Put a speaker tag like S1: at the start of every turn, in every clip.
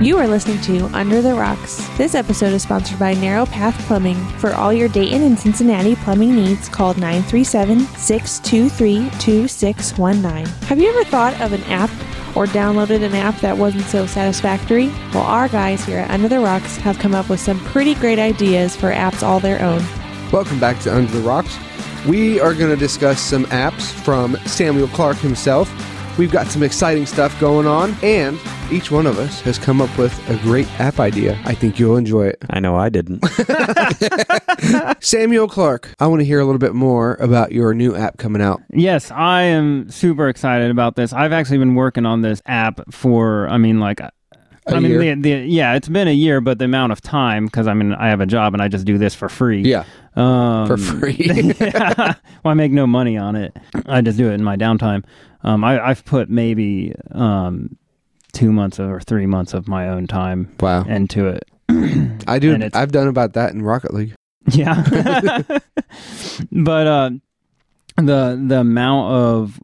S1: You are listening to Under the Rocks. This episode is sponsored by Narrow Path Plumbing. For all your Dayton and Cincinnati plumbing needs, call 937 623 2619. Have you ever thought of an app or downloaded an app that wasn't so satisfactory? Well, our guys here at Under the Rocks have come up with some pretty great ideas for apps all their own.
S2: Welcome back to Under the Rocks. We are going to discuss some apps from Samuel Clark himself. We've got some exciting stuff going on, and each one of us has come up with a great app idea. I think you'll enjoy it.
S3: I know I didn't.
S2: Samuel Clark, I want to hear a little bit more about your new app coming out.
S4: Yes, I am super excited about this. I've actually been working on this app for, I mean, like, uh, I
S2: A
S4: mean,
S2: year.
S4: The, the, yeah, it's been a year, but the amount of time, because I mean, I have a job and I just do this for free.
S2: Yeah,
S4: Um,
S2: for free.
S4: well, I make no money on it. I just do it in my downtime. Um, I, I've put maybe um, two months or three months of my own time
S2: wow.
S4: into it.
S2: I do.
S4: and it's-
S2: I've done about that in Rocket League.
S4: Yeah. but uh, the the amount of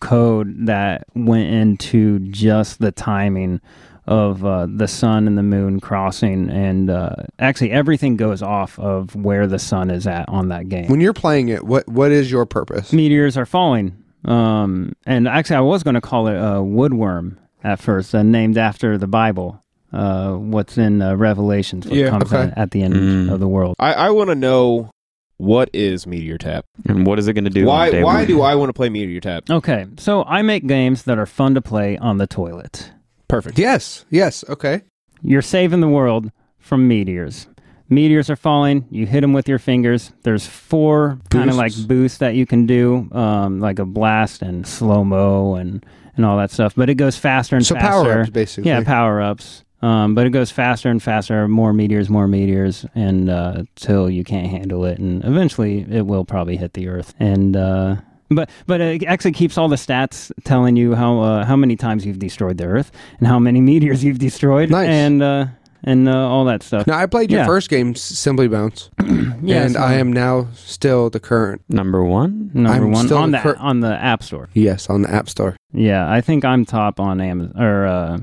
S4: code that went into just the timing of uh, the sun and the moon crossing, and uh, actually everything goes off of where the sun is at on that game.
S2: When you're playing it, what what is your purpose?
S4: Meteors are falling. Um, and actually, I was going to call it a woodworm at first, uh, named after the Bible. Uh, what's in uh, Revelations? What
S2: Yeah,
S4: comes
S2: okay.
S4: at, at the end
S3: Mm.
S4: of the world.
S5: I, I want to know what is Meteor Tap.
S3: and what is it going to do? on
S5: why
S3: day
S5: why
S3: one?
S5: do I want to play Meteor Tap?
S4: Okay, so I make games that are fun to play on the toilet.
S5: Perfect.
S2: Yes. Yes. Okay.
S4: You're saving the world from meteors. Meteors are falling. You hit them with your fingers. There's four kind of like
S2: Boosts.
S4: boosts that you can do, um, like a blast and slow mo and and all that stuff. But it goes faster and
S2: So
S4: faster.
S2: power ups, basically.
S4: Yeah, power ups. Um, but it goes faster and faster. More meteors, more meteors, and uh, till you can't handle it, and eventually it will probably hit the Earth. And uh, but but it actually keeps all the stats telling you how uh, how many times you've destroyed the Earth and how many meteors you've destroyed,
S2: Nice.
S4: and uh, and uh, all that stuff.
S2: Now I played your
S4: Yeah. uh-huh.
S2: first game, S- Simply Bounce, and
S4: so
S2: I am now still the current.
S3: Number one?
S4: number
S2: I'm
S4: one
S2: still
S4: on
S2: the
S4: the
S2: cur-
S4: on the App Store.
S2: Yes, on the App Store.
S4: Yeah, I think I'm top on Amazon or uh,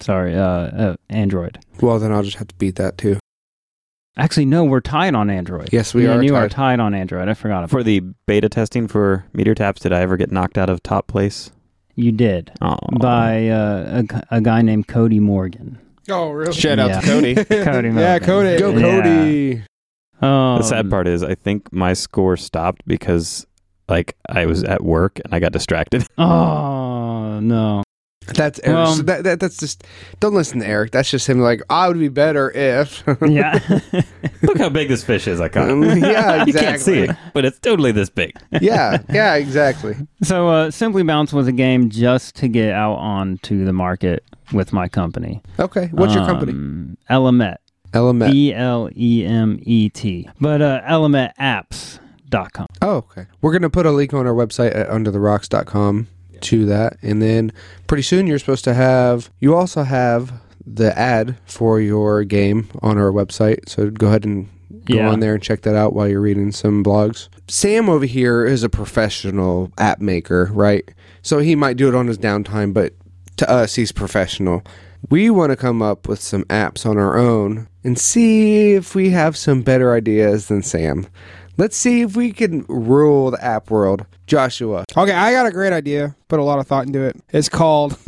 S4: sorry, uh, uh, Android.
S2: Well, then I'll just have to beat that too.
S4: Actually, no, we're tied on Android.
S2: Yes, we
S4: Yeah,
S2: are.
S4: and you are
S2: tied.
S4: tied on Android. I forgot about
S3: For the beta testing for meter taps, did I ever get knocked out of top place?
S4: You did
S3: Oh,
S4: by uh, a gu- a, guy named Cody Morgan.
S2: oh, really?
S5: Shout out
S4: Yeah.
S5: to Cody.
S4: Cody Morgan.
S5: Yeah, Cody.
S2: Go,
S4: Yeah.
S2: Cody.
S4: Um,
S3: the sad part is, I think my score stopped because like I was at work and I got distracted.
S4: Oh no.
S2: That's Eric.
S4: Well-
S2: So that, that, that's just. Don't listen to Eric. That's just him. Like I would be better if.
S4: Yeah.
S3: Look how big this fish is! I caught.
S2: Um,
S3: it.
S2: yeah,
S3: you can't see
S2: exactly.
S3: it, but it's totally this big.
S2: yeah. Yeah. Exactly.
S4: so uh, Simply Bounce was a game just to get out onto the market with my company.
S2: Okay. What's your company?
S4: Um, Element.
S2: Element.
S4: E L E M E T. But uh, elementapps.com.
S2: Oh, okay. We're gonna put a link on our website at undertherocks.com to that, and then pretty soon you're supposed to have. You also have the ad for your game on our website, so go ahead and go
S4: Yeah.
S2: on there and check that out while you're reading some blogs. Sam over here is a professional app maker, right? So he might do it on his downtime, but to us, he's professional. We want to come up with some apps on our own and see if we have some better ideas than Sam. Let's see if we can rule the app world. Joshua,
S6: Okay, I got a great idea. Put a lot of thought into it. It's called.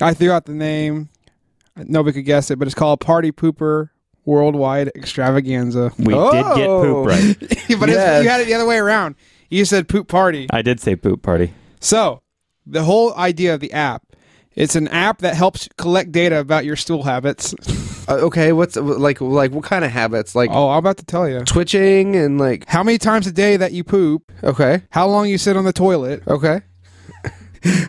S6: I threw out the name. Nobody could guess it, but it's called Party Pooper Worldwide Extravaganza.
S3: We did get
S2: Oh.
S3: poop right.
S6: but it's,
S2: Yes.
S6: you had it the other way around. You said poop party.
S3: I did say poop party.
S6: So the whole idea of the app. It's an app that helps collect data about your stool habits.
S2: uh, okay, what's like like what kind of habits like
S6: Oh, I'm about to tell you.
S2: twitching and like
S6: How many times a day that you poop,
S2: okay,
S6: how long you sit on the toilet,
S2: okay.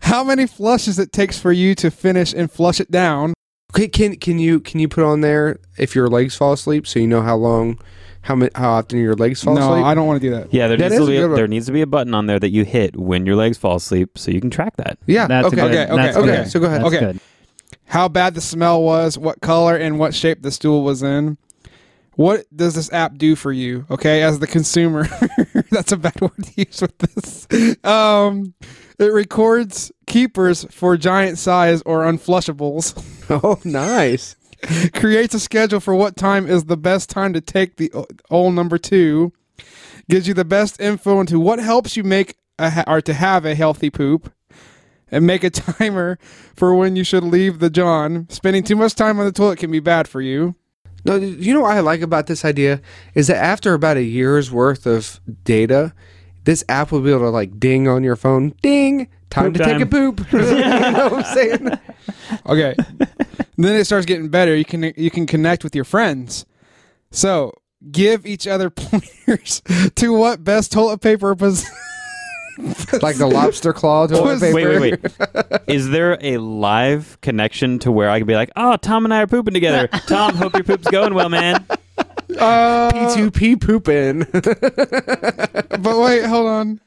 S6: how many flushes it takes for you to finish and flush it down,
S2: Okay, can can you can you put on there if your legs fall asleep so you know how long how mi- how often your legs fall
S6: no,
S2: asleep?
S6: I don't want to do that.
S3: Yeah, there
S2: That
S3: needs to
S2: is a
S3: be a,
S2: good one.
S3: there needs to be a button on there that you hit when your legs fall asleep, so you can track that.
S2: yeah,
S4: That's
S2: Ah, okay.
S4: a good,
S6: okay,
S4: that's
S2: okay,
S4: good.
S2: okay, so go ahead.
S4: That's
S6: Okay.
S4: good.
S6: How bad the smell was, what color and what shape the stool was in. What does this app do for you? Okay, as the consumer, that's a bad word to use with this. Um, it records keepers for giant size or unflushables.
S2: Oh, nice.
S6: creates a schedule for what time is the best time to take the o- old number two, gives you the best info into what helps you make a ha- or to have a healthy poop, and make a timer for when you should leave the john. Spending too much time on the toilet can be bad for you.
S2: No, you know what I like about this idea is that after about a year's worth of data, this app will be able to like ding on your phone, ding, time
S3: Poop
S2: to take a
S3: time.
S2: poop. you know what I'm saying?
S6: Okay, then it starts getting better. You can you can connect with your friends. So give each other pointers to what best toilet paper was.
S2: Like the lobster claw toilet
S3: Wait,
S2: paper.
S3: wait, wait. Is there a live connection to where I could be like, oh, Tom and I are pooping together. Tom, hope your poop's going well, man.
S2: Uh, P2P pooping.
S6: but wait, hold on.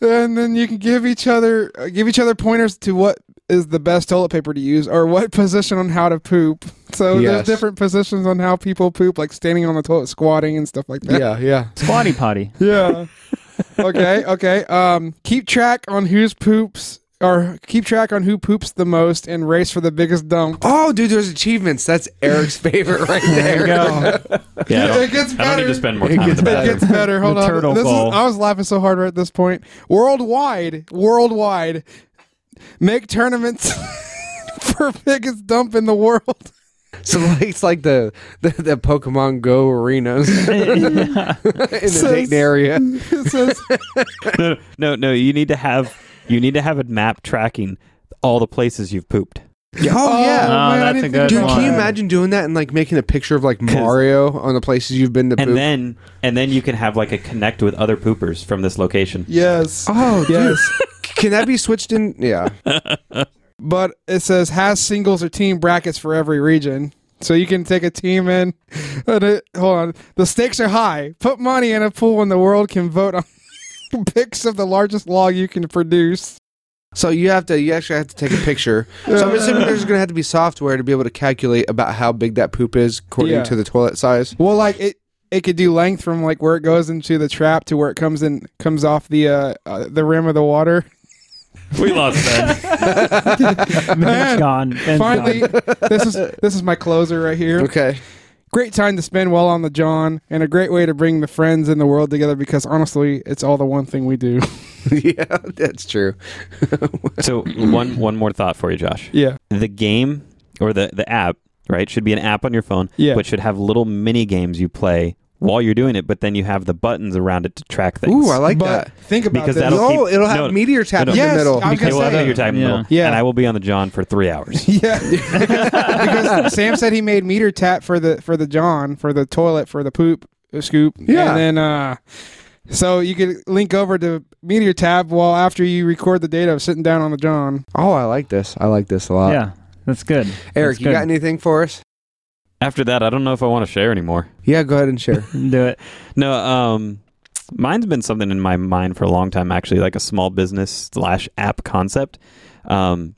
S6: And then you can give each other uh, give each other pointers to what is the best toilet paper to use or what position on how to poop. So
S2: Yes.
S6: there's different positions on how people poop, like standing on the toilet, squatting, and stuff like that.
S2: yeah, yeah.
S4: Squatty potty.
S6: Yeah. okay. Okay. Um, keep track on who's poops or keep track on who poops the most and race for the biggest dump.
S2: Oh, dude, there's achievements. That's Eric's favorite right there.
S3: Yeah, Oh, I don't,
S6: It gets
S3: I don't need
S6: better.
S3: to spend more
S2: It
S3: time in
S2: gets
S3: the
S6: It
S3: bathroom.
S6: gets better. Hold
S4: The
S6: on.
S4: turtle
S6: this is,
S4: ball.
S6: I was laughing so hard right at this point. Worldwide, worldwide, make tournaments for biggest dump in the world.
S2: So like, it's like the, the the Pokemon Go arenas in the
S6: So-
S2: Dayton area.
S6: It says
S3: no, no, no. You need to have you need to have a map tracking all the places you've pooped.
S2: Oh yeah.
S3: Uh,
S4: Oh,
S6: I
S4: that's
S6: didn't
S4: a good
S6: think
S2: Dude,
S6: about
S2: can you
S6: that.
S2: imagine doing that and like making a picture of like Mario on the places you've been to
S3: And
S2: poop?
S3: then and then you can have like a connect with other poopers from this location.
S6: Yes.
S2: oh, dude.
S6: Yes.
S2: Can that be switched in? Yeah.
S6: But it says has singles or team brackets for every region. So you can take a team in. and it- hold on. The stakes are high. Put money in a pool and the world can vote on picks of the largest log you can produce.
S2: So you have to, you actually have to take a picture. So I'm assuming there's going to have to be software to be able to calculate about how big that poop is according
S6: Yeah.
S2: to the toilet size.
S6: Well, like it, it could do length from like where it goes into the trap to where it comes in, comes off the uh, uh the rim of the water.
S3: We lost that.
S6: Man,
S4: It's gone. It's
S6: Finally,
S4: gone.
S6: this is this is my closer right here.
S2: Okay.
S6: Great time to spend while on the John, and a great way to bring the friends in the world together because honestly, it's all the one thing we do.
S2: yeah, that's true.
S3: so one one more thought for you, Josh.
S6: yeah,
S3: The game or the the app, right, should be an app on your phone,
S6: Yeah.
S3: but should have little mini games you play while you're doing it. But then you have the buttons around it to track things.
S2: Ooh, I like
S6: but
S2: that.
S6: think about
S3: Because
S6: this.
S3: that'll-
S2: No,
S3: keep-
S2: it'll have
S3: no,
S2: meteor tap
S3: no,
S2: in
S3: no.
S2: the
S6: Yes,
S2: middle.
S6: I was
S3: because
S6: gonna
S3: we'll
S6: say-
S3: have your time in the middle,
S6: Yeah.
S3: and I will be on the John for three hours.
S6: yeah, because Sam said he made meter tap for the for the John for the toilet for the poop uh, scoop.
S2: Yeah.
S6: and then uh, so you could link over to meter tab while after you record the data of sitting down on the John.
S2: Oh, I like this. I like this a lot.
S4: yeah, that's good.
S2: Eric,
S4: That's
S2: you got anything for us?
S3: After that, I don't know if I want to share anymore.
S2: Yeah, go ahead and share.
S4: Do it.
S3: No, um, mine's been something in my mind for a long time, actually, like a small business slash app concept, um,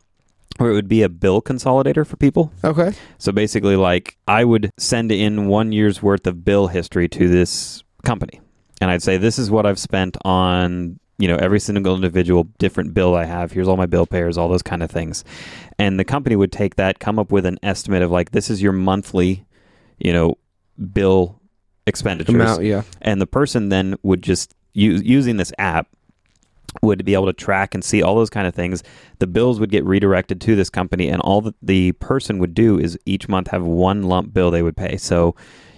S3: where it would be a bill consolidator for people.
S2: okay.
S3: So basically, like I would send in one year's worth of bill history to this company, and I'd say, "This is what I've spent on." You know, every single individual different bill I have. Here's all my bill payers, all those kind of things. And the company would take that, come up with an estimate of like, this is your monthly, you know, bill expenditures
S2: Amount, yeah.
S3: and the person then would just use, using this app would be able to track and see all those kind of things the bills would get redirected to this company and all that the person would do is each month have one lump bill they would pay so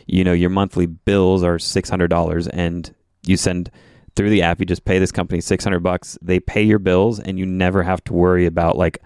S3: you know your monthly bills are $600 and you send through the app you just pay this company 600 bucks they pay your bills and you never have to worry about like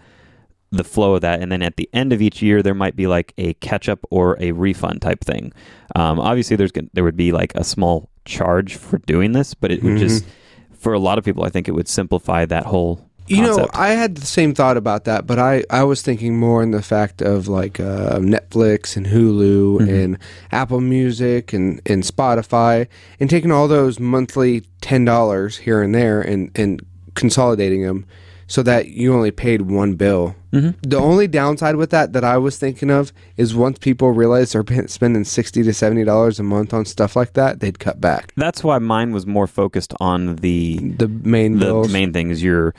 S3: the flow of that and then at the end of each year there might be like a catch up or a refund type thing um, obviously there's gon- there would be like a small charge for doing this but it would just for a lot of people i think it would simplify that whole
S2: You know,
S3: concept.
S2: I had the same thought about that, but I, I was thinking more in the fact of like uh, Netflix and Hulu and Apple Music and, and Spotify and taking all those monthly $10 here and there and, and consolidating them so that you only paid one bill. The only downside with that that I was thinking of is once people realize they're pay- spending 60 to $70 a month on stuff like that, they'd cut back.
S3: that's why mine was more focused on the
S2: The main
S3: the
S2: bills.
S3: main thing is your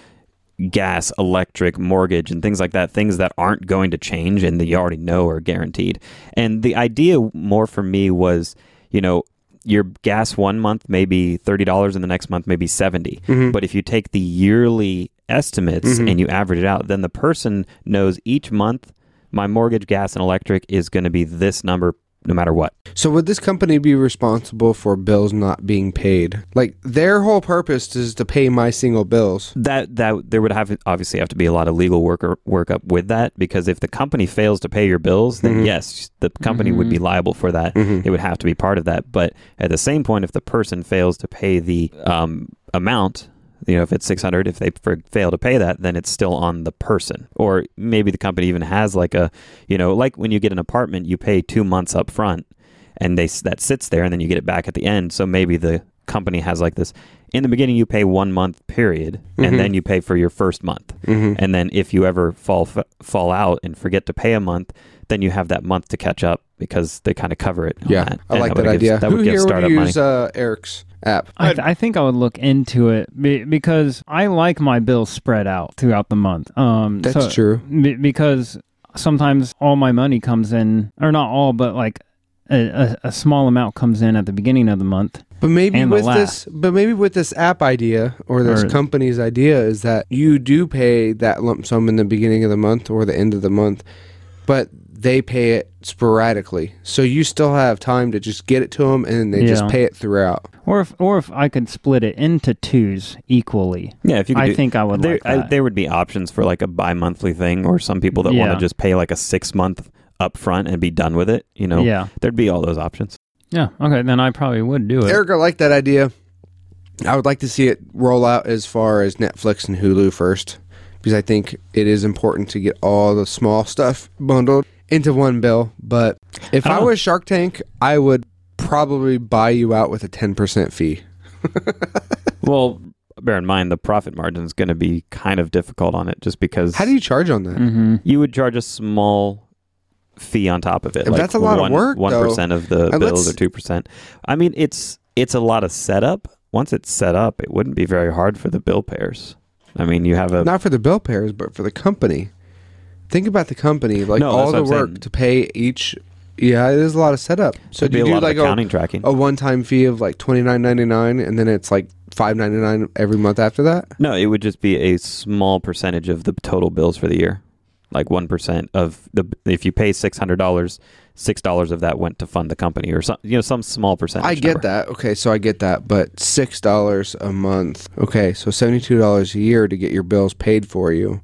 S3: gas, electric, mortgage, and things like that, things that aren't going to change and that you already know are guaranteed. And the idea more for me was, you know, your gas one month may be thirty dollars and the next month may be 70
S2: Mm-hmm.
S3: But if you take the yearly estimates and you average it out, then the person knows each month my mortgage, gas, and electric is going to be this number no matter what.
S2: So would this company be responsible for bills not being paid? Like their whole purpose is to pay my single bills.
S3: that that there would have obviously have to be a lot of legal work workup with that because if the company fails to pay your bills, then yes, the company would be liable for that. It would have to be part of that. But at the same point, if the person fails to pay the um, amount. You know, if it's 600, if they f- fail to pay that, then it's still on the person. Or maybe the company even has like a, you know, like when you get an apartment, you pay two months up front and they s- that sits there and then you get it back at the end so maybe the company has like this in the beginning you pay one month period
S2: Mm-hmm.
S3: and then you pay for your first month and then if you ever fall f- fall out and forget to pay a month then you have that month to catch up because they kind of cover it on
S2: Yeah,
S3: that.
S2: I
S3: And
S2: like that,
S3: would give-
S2: idea.
S3: that
S2: Who
S3: would give
S2: here
S3: startup
S2: would
S3: money
S2: use uh, Eric's app?
S4: I, I think I would look into it be, because I like my bills spread out throughout the month. Um,
S2: That's
S4: so-
S2: true.
S4: be- because sometimes all my money comes in, or not all, but like a, a, a small amount comes in at the beginning of the month.
S2: But maybe
S4: And the
S2: with
S4: laugh.
S2: this, but maybe with this app idea or this
S4: Or-
S2: company's idea is that you do pay that lump sum in the beginning of the month or the end of the month, but they pay it sporadically, so you still have time to just get it to them, and they just
S4: Yeah.
S2: pay it throughout.
S4: Or if or if I could split it into twos equally,
S3: yeah if you could
S4: I
S3: do-
S4: think I would
S3: there,
S4: like that.
S3: there would be options for like a bi-monthly thing or some people that want
S4: Yeah.
S3: to just pay like a six month up front and be done with it you know
S4: Yeah,
S3: there'd be all those options
S4: yeah. Okay, then I probably would do it.
S2: Eric, I like that idea. I would like to see it roll out as far as Netflix and Hulu first, because I think it is important to get all the small stuff bundled into one bill. But if
S3: I
S2: I
S3: don't-
S2: was Shark Tank, I would probably buy you out with a 10% fee.
S3: well bear in mind the profit margin is going to be kind of difficult on it just because
S2: How do you charge on that?
S4: Mm-hmm.
S3: you would charge a small fee on top of it.
S2: But that's a lot of work,
S3: One
S2: though.
S3: percent of the
S2: And
S3: bills
S2: let's-
S3: or two percent. I mean, it's it's a lot of setup. Once it's set up, it wouldn't be very hard for the bill payers. I mean, you have a
S2: Not for the bill payers, but for the company. Think about the company, like
S3: No, that's
S2: all
S3: what
S2: the
S3: I'm saying.
S2: work to pay each. Yeah, it is a lot of setup. So
S3: it'd
S2: do
S3: be
S2: you
S3: a
S2: do
S3: lot
S2: like
S3: of
S2: a, oh.
S3: accounting tracking.
S2: a one-time fee of like twenty nine ninety nine, and then it's like five ninety nine every month after that?
S3: No, it would just be a small percentage of the total bills for the year, like one percent of the. If you pay six hundred dollars, six dollars of that went to fund the company or some you know some small percentage.
S2: I get
S3: number.
S2: that. Okay, so I get that, but six dollars a month. Okay, so seventy-two dollars a year to get your bills paid for you.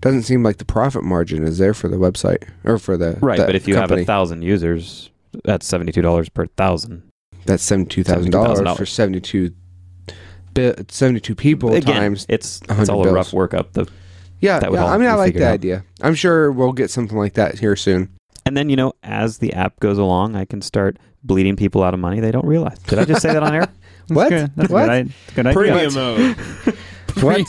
S2: Doesn't seem like the profit margin is there for the website or for the
S3: right?
S2: the
S3: But if you have
S2: company.
S3: a thousand users, that's seventy two dollars per thousand.
S2: that's seventy-two thousand dollars for
S3: $72,000.
S2: seventy-two bi- seventy-two people
S3: Again,
S2: times.
S3: it's it's
S2: 100
S3: all a
S2: bills.
S3: rough workup. The
S2: Yeah,
S3: that would
S2: yeah,
S3: all
S2: I mean, I
S3: be
S2: like
S3: figured
S2: the
S3: out.
S2: idea. I'm sure we'll get something like that here soon.
S3: And then, you know, as the app goes along, I can start bleeding people out of money they don't realize. Did I just say that on air?
S2: What?
S4: Good. That's
S2: What?
S4: Good, I, that's a good idea.
S5: Premium
S2: uh,
S5: mode.
S2: What?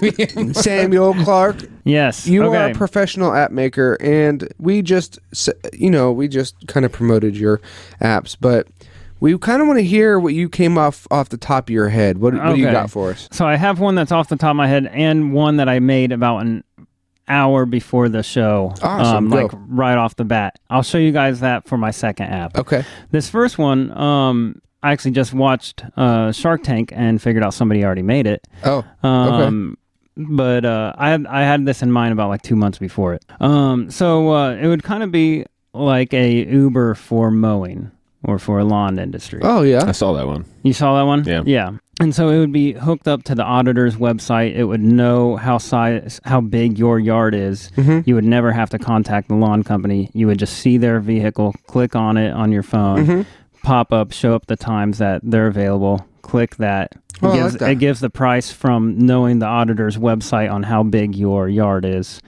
S2: Samuel Clark,
S4: Yes.
S2: You
S4: okay.
S2: are a professional app maker, and we just, s- you know, we just kind of promoted your apps, but we kind of want to hear what you came off off the top of your head. What, what do you
S4: Okay.
S2: got for us?
S4: So I have one that's off the top of my head and one that I made about an hour before the show.
S2: Awesome,
S4: Um,
S2: go.
S4: like right off the bat. I'll show you guys that for my second app.
S2: Okay,
S4: This first one, um, I actually just watched uh, Shark Tank and figured out somebody already made it.
S2: Oh,
S4: Um, But uh, I had- I had this in mind about like two months before it. Um, so uh, it would kind of be like a Uber for mowing or for lawn industry.
S2: oh yeah,
S5: I saw that one.
S4: You saw that one?
S5: Yeah.
S4: Yeah. And so it would be hooked up to the auditor's website. It would know how size, how big your yard is.
S2: Mm-hmm.
S4: You would never have to contact the lawn company. You would just see their vehicle, click on it on your phone,
S2: Mm-hmm.
S4: pop up, show up the times that they're available. Click that. It,
S2: Oh, I
S4: gives,
S2: like that.
S4: it gives the price from knowing the auditor's website on how big your yard is,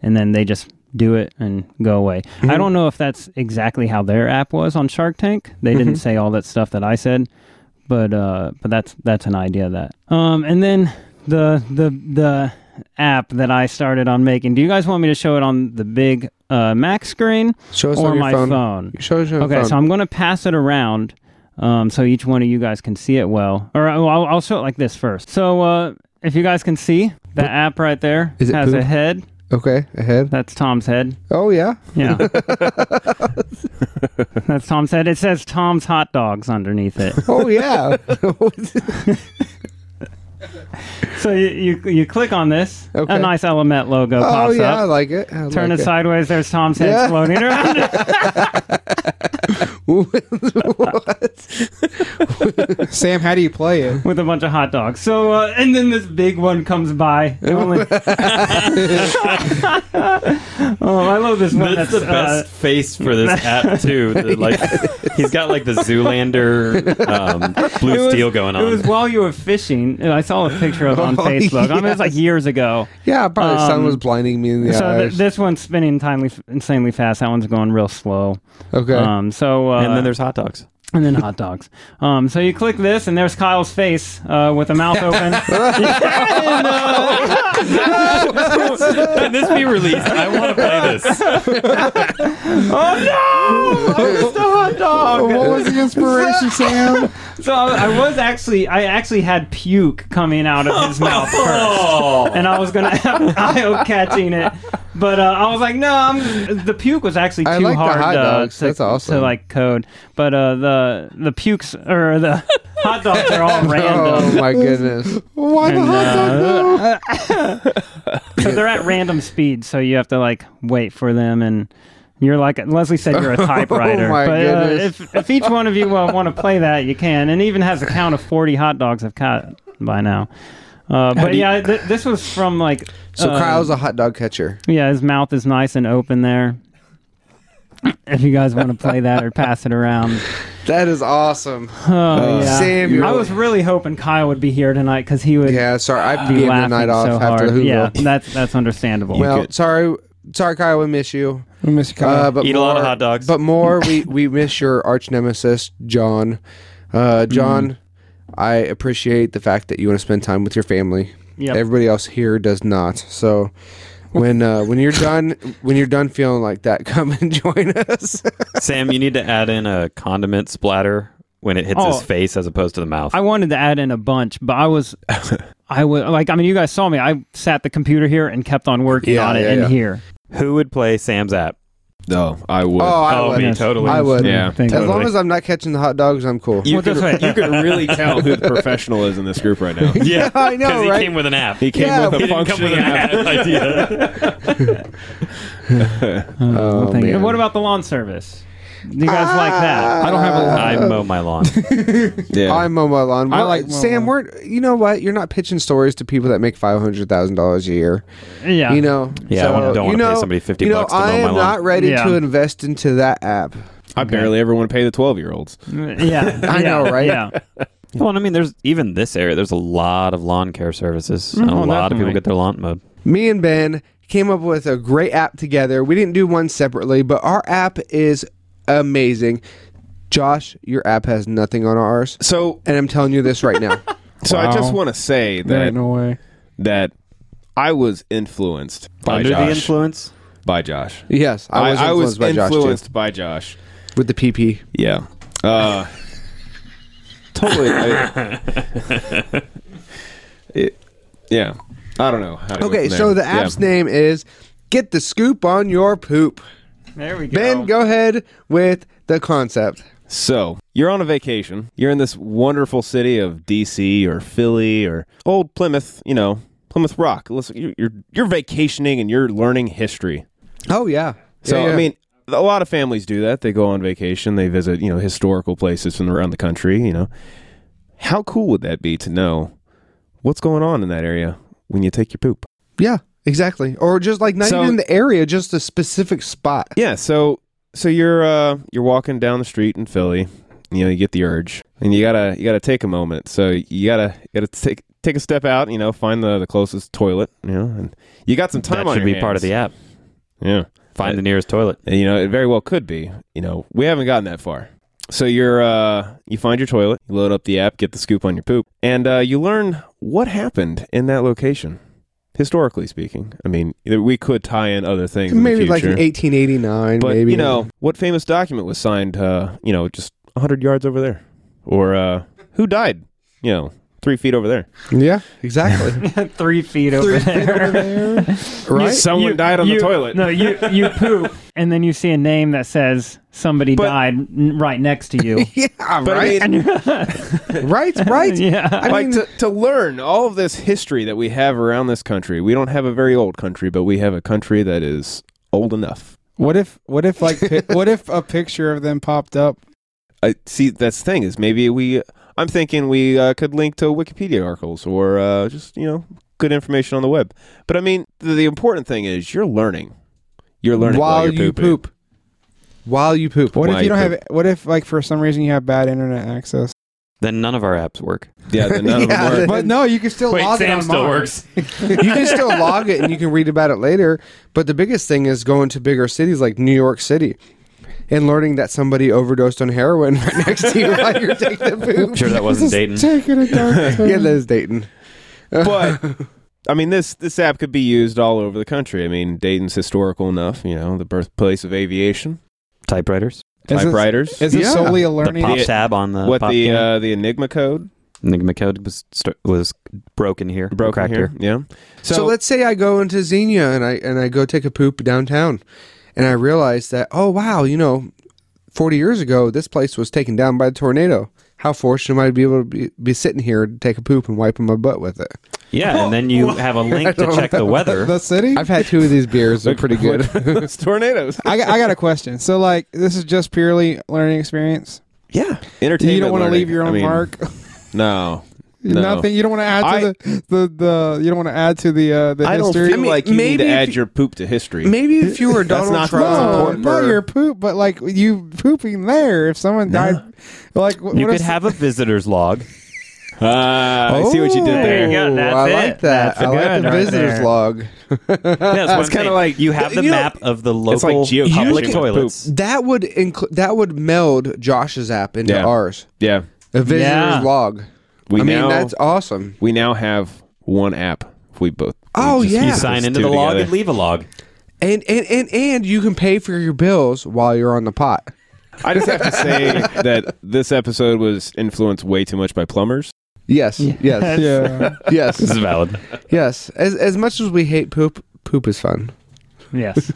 S4: and then they just do it and go away.
S2: Mm-hmm.
S4: I don't know if that's exactly how their app was on Shark Tank. They didn't
S2: Mm-hmm.
S4: say all that stuff that I said but uh but that's that's an idea that um and then the the the app that I started on making. Do you guys want me to show it on the big uh Mac screen
S2: show us
S4: or
S2: on your
S4: my
S2: phone.
S4: phone?
S2: Show us on
S4: Okay,
S2: your
S4: so
S2: phone.
S4: I'm going to pass it around um, so each one of you guys can see it well. Or uh, well, I'll, I'll show it like this first. So uh, if you guys can see, The app right there
S2: Is it
S4: has a
S2: poop?
S4: head.
S2: Okay, ahead.
S4: That's Tom's head.
S2: Oh yeah.
S4: Yeah. That's Tom's head. It says Tom's hot dogs underneath it.
S2: Oh yeah.
S4: So you you, you click on this,
S2: Okay.
S4: a nice Element
S2: oh
S4: logo pops
S2: yeah. I
S4: up.
S2: like it. I
S4: Turn
S2: like
S4: it sideways. There's Tom's head
S2: Yeah.
S4: floating around.
S6: Sam, how do you play it?
S4: with a bunch of hot dogs. So, uh, and then this big one comes by. Only- oh, I love this one.
S3: That's, the
S4: That's,
S3: best
S4: Uh,
S3: face for this app too. The, like he's got like the Zoolander um,
S4: it
S3: blue
S4: was-
S3: steel going on.
S4: It was while you were fishing. and I saw a picture of it on
S2: Oh,
S4: Facebook. I mean,
S2: yeah.
S4: it's like years ago.
S2: Yeah, probably the sun
S4: Um,
S2: was blinding me in the
S4: so th-
S2: eyes.
S4: this one's spinning timely, insanely fast. That one's going real slow.
S2: okay.
S4: Um, so uh,
S3: and then there's hot dogs.
S4: and then hot dogs. Um, so you click this, and there's Kyle's face uh, with a mouth open.
S2: Oh,
S4: And, uh,
S3: Can this be released? I want to play this.
S4: oh no! I missed the hot dog.
S2: Oh,
S6: What was the inspiration, Sam?
S4: So uh, I, I was actually, I actually had puke coming out of
S2: Oh.
S4: his mouth first, and I was gonna have Io catching it, but uh, I was like, no, I'm, the puke was actually too
S2: I like the
S4: hard
S2: hot
S4: uh,
S2: dogs.
S4: to,
S2: That's awesome.
S4: to like code. But uh, the the pukes or the hot dogs are all
S2: oh
S4: random.
S2: my goodness.
S6: Why the
S4: And,
S6: hot dog?
S4: uh,
S6: though?
S4: so they're at random speed, so you have to like wait for them and. You're like Leslie said. You're a typewriter.
S2: Oh my
S4: but uh,
S2: goodness.
S4: if if each one of you uh, want to play that, you can. And even has a count of forty hot dogs I've caught by now. Uh, but yeah, th- this was from like.
S2: So
S4: uh,
S2: Kyle's a hot dog catcher.
S4: Yeah, his mouth is nice and open there. if you guys want to play that or pass it around.
S2: That is awesome.
S4: Oh
S2: Uh,
S4: yeah.
S2: Sam, you're
S4: I was really hoping Kyle would be here tonight because he would
S2: Yeah, sorry. I
S4: be
S2: gave the
S4: Uh, laughing
S2: night off
S4: so
S2: after
S4: hard.
S2: Whoville.
S4: yeah, that's that's understandable.
S2: Well,
S5: could-
S2: sorry, sorry, Kyle. We miss you.
S6: I miss Kyle.
S2: Uh, but
S3: Eat a
S2: more,
S3: lot of hot dogs.
S2: But more, we we miss your arch nemesis, John. Uh,
S4: Mm-hmm.
S2: John, I appreciate the fact that you want to spend time with your family.
S4: Yep.
S2: Everybody else here does not. So. When uh, when you're done when you're done feeling like that, come and join us.
S3: Sam, you need to add in a condiment splatter when it hits
S4: Oh.
S3: his face as opposed to the mouth.
S4: I wanted to add in a bunch, but I was, I was like, I mean, you guys saw me. I sat the computer here and kept on working
S2: Yeah,
S4: on it
S2: yeah,
S4: in
S2: yeah.
S4: here.
S3: Who would play Sam's app?
S5: No, I would.
S2: oh, I
S3: oh,
S2: would.
S3: me totally.
S2: I would.
S5: Yeah.
S4: Thank
S2: As
S4: you.
S2: long as I'm not catching the hot dogs, I'm cool.
S5: you,
S4: Well,
S5: could,
S4: that's right.
S5: you could really tell who the professional is in this group right now.
S3: Yeah,
S2: I know,
S3: he
S2: right?
S3: came with an app.
S5: He came
S2: Yeah,
S5: with
S3: He
S5: a
S3: didn't come with an
S5: functioning app.
S3: app idea.
S4: Uh, well,
S2: Oh,
S4: thank you.
S2: man.
S4: And what about the lawn service? Do you guys
S2: Ah.
S4: like that?
S5: I don't have a.
S3: I mow my lawn.
S5: yeah.
S2: I mow my lawn.
S6: I
S2: We're- uh,
S6: like mow
S2: Sam.
S6: lawn.
S2: We're you know what? You're not pitching stories to people that make five hundred thousand dollars a year.
S4: yeah.
S2: You know.
S3: Yeah, I wanna- don't
S2: you
S3: wanna pay
S2: know-
S3: somebody 50
S2: you know,
S3: bucks to mow
S2: I am
S3: my lawn.
S2: not ready
S4: Yeah.
S2: to invest into that app.
S5: I barely ever want to pay the twelve-year-olds.
S4: Yeah.
S2: I
S4: yeah,
S2: know, right?
S4: Yeah.
S3: Well, and I mean, there's even this area. There's a lot of lawn care services,
S5: Mm-hmm.
S3: and a
S4: Oh,
S3: lot of
S4: definitely.
S3: people get their lawn mowed.
S2: Me and Ben came up with a great app together. We didn't do one separately, but our app is amazing. Josh, your app has nothing on ours,
S5: So,
S2: and I'm telling you this right now.
S5: so I
S6: Wow.
S5: just want to say
S6: There
S5: that
S6: ain't no way.
S5: that I was influenced by
S3: Under
S5: Josh.
S3: the influence,
S5: by Josh.
S2: yes, I was influenced by Josh
S5: influenced by Josh.
S2: too, with the PP.
S5: Yeah. Uh, totally. I- it- yeah. I don't know. How to go
S2: Okay,
S5: from
S2: so
S5: there.
S2: the app's name is "Get the Scoop on Your Poop."
S4: There we go.
S2: Ben, go ahead with the concept.
S5: So you're on a vacation. You're in this wonderful city of D.C. or Philly or old Plymouth. You know, Plymouth Rock. Listen, you- you're you're vacationing and you're learning history.
S2: Oh yeah.
S5: So
S2: Yeah, yeah.
S5: I mean, a lot of families do that. They go on vacation. They visit you know historical places from around the country. You know, how cool would that be to know what's going on in that area when you take your poop?
S2: yeah, exactly. Or just like not
S5: So-
S2: even the area, just a specific spot.
S5: Yeah. So so you're uh, you're walking down the street in Philly. You know, you get the urge, and you gotta you gotta take a moment. So you gotta you gotta take take a step out. You know, find the, the closest toilet. You know, and you got some time
S3: that
S5: on
S3: should
S5: your
S3: be part of
S5: hands.
S3: the app.
S5: yeah.
S3: Find the nearest toilet.
S5: And, you know, it very well could be. You know, we haven't gotten that far. So you're uh you find your toilet, you load up the app, get the scoop on your poop, and uh you learn what happened in that location. Historically speaking. I mean, we could tie in other things. in the
S2: Maybe like
S5: future.
S2: in 1889.
S5: But
S2: maybe
S5: you know, what famous document was signed? Uh, you know, just hundred yards over there, or uh, who died? You know, three feet over there.
S2: Yeah, exactly.
S4: Three feet over there.
S2: right?
S5: Someone died on
S4: you-
S5: the toilet.
S4: No, you you poop, and then you see a name that says somebody
S5: But-
S4: died n- right next to you.
S2: yeah,
S5: But I
S2: right,
S5: mean-
S2: right, right.
S4: yeah.
S2: I
S5: like
S2: mean,
S5: to, to learn all of this history that we have around this country. We don't have a very old country, but we have a country that is old enough.
S6: What if what if like pi- what if a picture of them popped up?
S5: I see. That's the thing is maybe we. I'm thinking we uh, could link to Wikipedia articles or uh, just you know good information on the web. But I mean, the, the important thing is you're learning. You're learning while,
S2: while
S5: you're
S2: you
S5: pooping.
S2: poop, while you poop.
S6: What
S5: Why
S6: if you don't
S5: you
S6: have? What if like for some reason you have bad internet access?
S3: Then none of our apps work.
S5: Yeah, then none of
S2: Yeah,
S5: them work.
S2: then-
S6: But no, you can still log it on mine.
S2: you can still log it and you can read about it later. But the biggest thing is going to bigger cities like New York City and learning that somebody overdosed on heroin right next to you while you're taking a poop.
S3: Sure, that wasn't Dayton.
S6: Taking a dark turn.
S2: Yeah, that is Dayton.
S5: but I mean, this this app could be used all over the country. I mean, Dayton's historical enough. You know, the birthplace of aviation,
S3: Typewriters.
S6: Is it-
S5: typewriters.
S6: Is it
S2: Yeah.
S6: solely a
S3: The
S6: learning?
S3: pop
S5: The- uh,
S3: tab on the
S5: what
S3: pop
S5: the
S3: can.
S5: uh, the Enigma code
S3: Enigma code was st- was broken here.
S5: broken
S3: cracked
S5: here. Yeah.
S2: So,
S5: So,
S2: let's say I go into Xenia and I and I go take a poop downtown, and I realize that oh wow, you know, forty years ago this place was taken down by a tornado. How fortunate am I to be able to be, be sitting here to take a poop and wiping my butt with it?
S3: Yeah, and then you have a link to check the weather.
S6: The city?
S2: I've had two of these beers; they're pretty good.
S5: it's tornadoes.
S6: I got, I got a question. So like this is just purely learning experience.
S5: Yeah, entertainment.
S6: You don't want to
S5: learning.
S6: leave your
S5: I
S6: own
S5: mean,
S6: mark.
S5: No, no.
S6: Nothing. You don't want to add to
S5: I-
S6: the, the the you don't want to add to the uh, the
S5: I don't
S6: history.
S5: feel
S2: I mean,
S5: like you need
S2: maybe
S5: to
S2: if
S5: add
S2: you-
S5: your poop to history.
S2: Maybe if you were
S5: That's
S2: Donald
S5: not
S6: no,
S2: Trump,
S5: important.
S6: not your poop, but like you pooping there. If someone
S5: No.
S6: died, like wh- what
S3: you could
S6: if-
S3: have a visitor's log.
S5: Ah, I see what
S2: Oh,
S5: you did
S4: There
S5: there.
S4: you go. That's
S2: I
S4: it.
S2: like that.
S4: That's a
S2: I like
S4: good
S2: the
S4: right
S2: visitors
S4: there.
S2: log.
S3: Yeah, that's what I'm
S5: kinda
S3: saying.
S5: like-
S3: you have the
S5: you know,
S3: map of the
S5: it's like
S3: local
S5: geocaching
S3: public
S5: with
S3: toilets.
S2: That would include. That would meld Josh's app into
S5: Yeah.
S2: ours.
S5: Yeah,
S2: A visitors
S4: Yeah.
S2: log.
S5: we
S2: I mean,
S5: now
S2: that's awesome.
S5: we now have one app. We both. we
S2: Oh,
S5: just
S2: yeah.
S5: put
S3: You
S5: these
S3: sign into
S5: two
S3: the log
S5: together.
S3: and leave a log.
S2: And and, and and you can pay for your bills while you're on the pot.
S5: I just have to say that this episode was influenced way too much by plumbers.
S2: Yes, yes,
S6: Yeah.
S3: This
S2: yes,
S3: is valid.
S2: yes. As as much as we hate poop, poop is fun.
S4: Yes.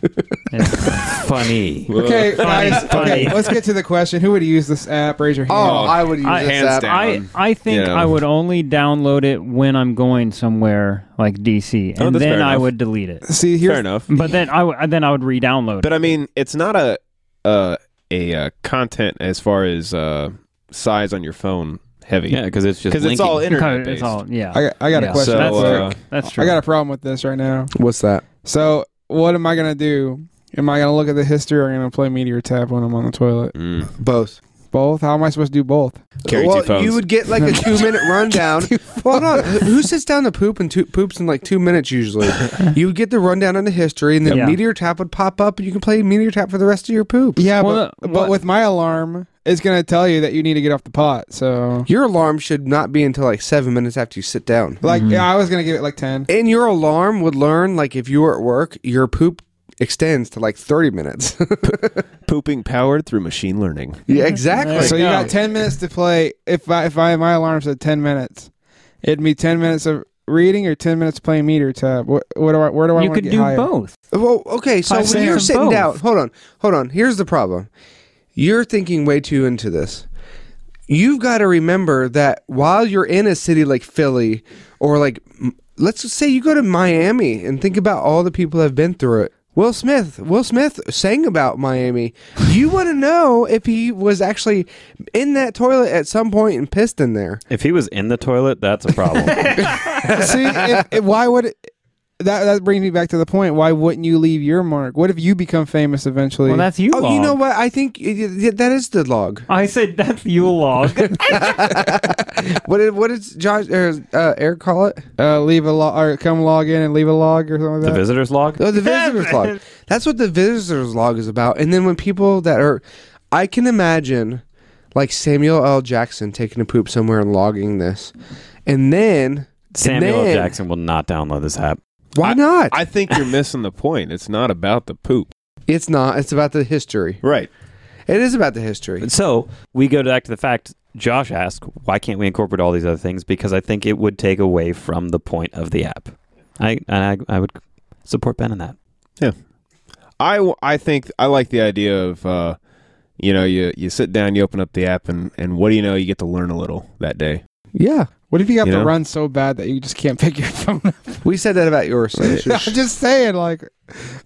S4: yes.
S3: Funny.
S6: okay,
S4: Funny,
S6: guys,
S4: funny.
S6: okay. Let's get to the question. Who would use this app? Raise your hand.
S2: Oh, I would use
S4: I-
S2: this
S5: hands
S2: app.
S5: down.
S4: I, I think
S5: Yeah.
S4: I would only download it when I'm going somewhere like DC,
S5: Oh,
S4: and
S5: that's
S4: then
S5: fair
S4: I
S5: enough.
S4: would delete it.
S6: see
S5: Fair
S6: here.
S5: enough.
S4: But then I w- then I would re-download.
S5: But
S4: it.
S5: I mean, it's not a uh, a uh, content as far as uh, size on your phone heavy.
S3: Yeah, because it's just
S5: because it's
S3: linking.
S5: all internet
S4: Because
S5: based.
S4: it's all yeah.
S6: I got, I got
S4: Yeah.
S6: a question.
S5: So,
S4: that's
S5: uh,
S4: true. That's true.
S6: I got a problem with this right now.
S2: What's that?
S6: So what am I gonna do? Am I gonna look at the history or am I gonna play Meteor Tap when I'm on the toilet?
S5: Mm.
S2: Both.
S6: Both? How am I supposed to do both?
S5: Carry two
S2: well,
S5: phones.
S2: you would get like a two minute rundown. Hold on. Who who sits down to poop and two, poops in like two minutes usually? You would get the rundown on the history, and then
S4: Yeah.
S2: Meteor Tap would pop up, and you can play Meteor Tap for the rest of your poop.
S6: Yeah,
S4: Well,
S6: but,
S4: no,
S6: but
S4: what-
S6: with my alarm, it's gonna tell you that you need to get off the pot. So,
S2: Your alarm should not be until like seven minutes after you sit down.
S6: like,
S4: Mm-hmm.
S6: yeah, I was gonna give it like ten.
S2: And your alarm would learn, like, if you were at work, your poop extends to like 30 minutes.
S5: pooping powered through machine learning.
S2: yeah, exactly.
S6: so you got ten minutes to play. If I, if I my alarm said ten minutes, it'd be ten minutes of reading or ten minutes playing meter tab. What, what do I? Where do I
S4: you
S6: want to
S4: could
S6: get
S4: do
S6: higher?
S4: both.
S2: Well, okay, so
S4: Five
S2: when you're
S4: seconds.
S2: sitting
S4: Both.
S2: down, hold on, hold on. Here's the problem. You're thinking way too into this. You've got to remember that while you're in a city like Philly or like, m- let's just say you go to Miami and think about all the people that have been through it. Will Smith, Will Smith sang about Miami. You want to know if he was actually in that toilet at some point and pissed in there.
S3: If he was in the toilet, that's a problem.
S6: See, if, if- why would it, that that brings me back to the point? Why wouldn't you leave your mark? What if you become famous eventually?
S4: Well, that's you.
S2: Oh, you know what? I think y- y- that is the log.
S4: I said that's you log.
S2: What did, what did Josh or uh, Eric call it?
S6: uh, leave a log or come log in and leave a log or something like
S3: the
S6: that.
S3: visitor's log.
S2: Oh, the visitor's log. That's what the visitor's log is about. And then when people that are, I can imagine like Samuel L. Jackson taking a poop somewhere and logging this, and then
S3: Samuel L.
S2: then-
S3: Jackson will not download this app.
S2: why not?
S5: I think you're missing the point. It's not about the poop.
S2: it's not. It's about the history.
S5: Right.
S2: It is about the history.
S3: So we go back to the fact Josh asked, why can't we incorporate all these other things? Because I think it would take away from the point of the app. I and I, I would support Ben in that.
S5: I, w- I think I like the idea of uh, you know you you sit down, you open up the app, and and what do you know? You get to learn a little that day.
S2: Yeah,
S6: What if you have
S5: You
S6: to
S5: know?
S6: run so bad that you just can't pick your phone up?
S2: we said that about yours. So you should-
S6: I'm just saying, like,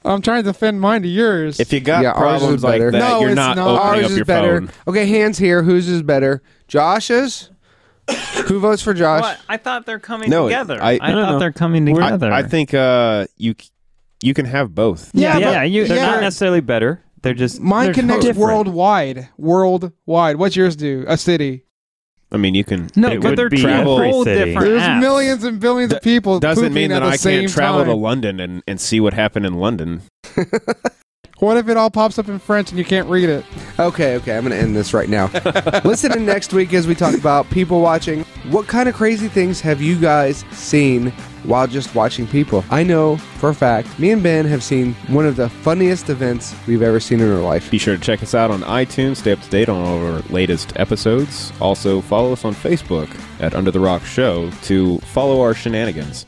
S6: I'm trying to defend mine to yours.
S5: If you got
S2: Yeah, ours is
S5: problems like
S2: better.
S5: that,
S6: No,
S5: you're
S6: it's
S5: not,
S6: not.
S5: opening
S2: ours
S5: up
S2: is
S5: your
S2: better.
S5: phone.
S2: Okay, hands here. Whose is better? Josh's. Who votes for Josh?
S4: What? I thought they're coming
S5: No,
S4: together. I,
S5: I- I
S3: don't
S4: thought
S3: know.
S4: they're coming
S5: I-
S4: together.
S5: I, think uh, you c- you can have both.
S6: yeah,
S4: yeah,
S6: but-
S4: you-
S3: They're
S6: yeah.
S3: not necessarily better. They're just
S6: mine
S4: they're
S6: connects
S4: different.
S6: worldwide, worldwide. What's yours do? A city.
S5: I mean, you can.
S4: no,
S3: It
S4: but
S3: would
S4: they're
S3: be
S4: two
S5: travel-
S4: whole
S3: city.
S4: different
S6: There's
S4: apps.
S6: millions and billions of people.
S5: Doesn't
S6: pooping
S5: mean
S6: at
S5: that
S6: the
S5: I
S6: same
S5: can't travel
S6: time.
S5: to London and, and see what happened in London.
S6: What if it all pops up in French and you can't read it?
S2: Okay, okay, I'm going to end this right now. Listen in next week as we talk about people watching. What kind of crazy things have you guys seen while just watching people? I know for a fact, me and Ben have seen one of the funniest events we've ever seen in our life.
S5: Be sure to check us out on iTunes. Stay up to date on all of our latest episodes. Also, follow us on Facebook at Under the Rock Show to follow our shenanigans.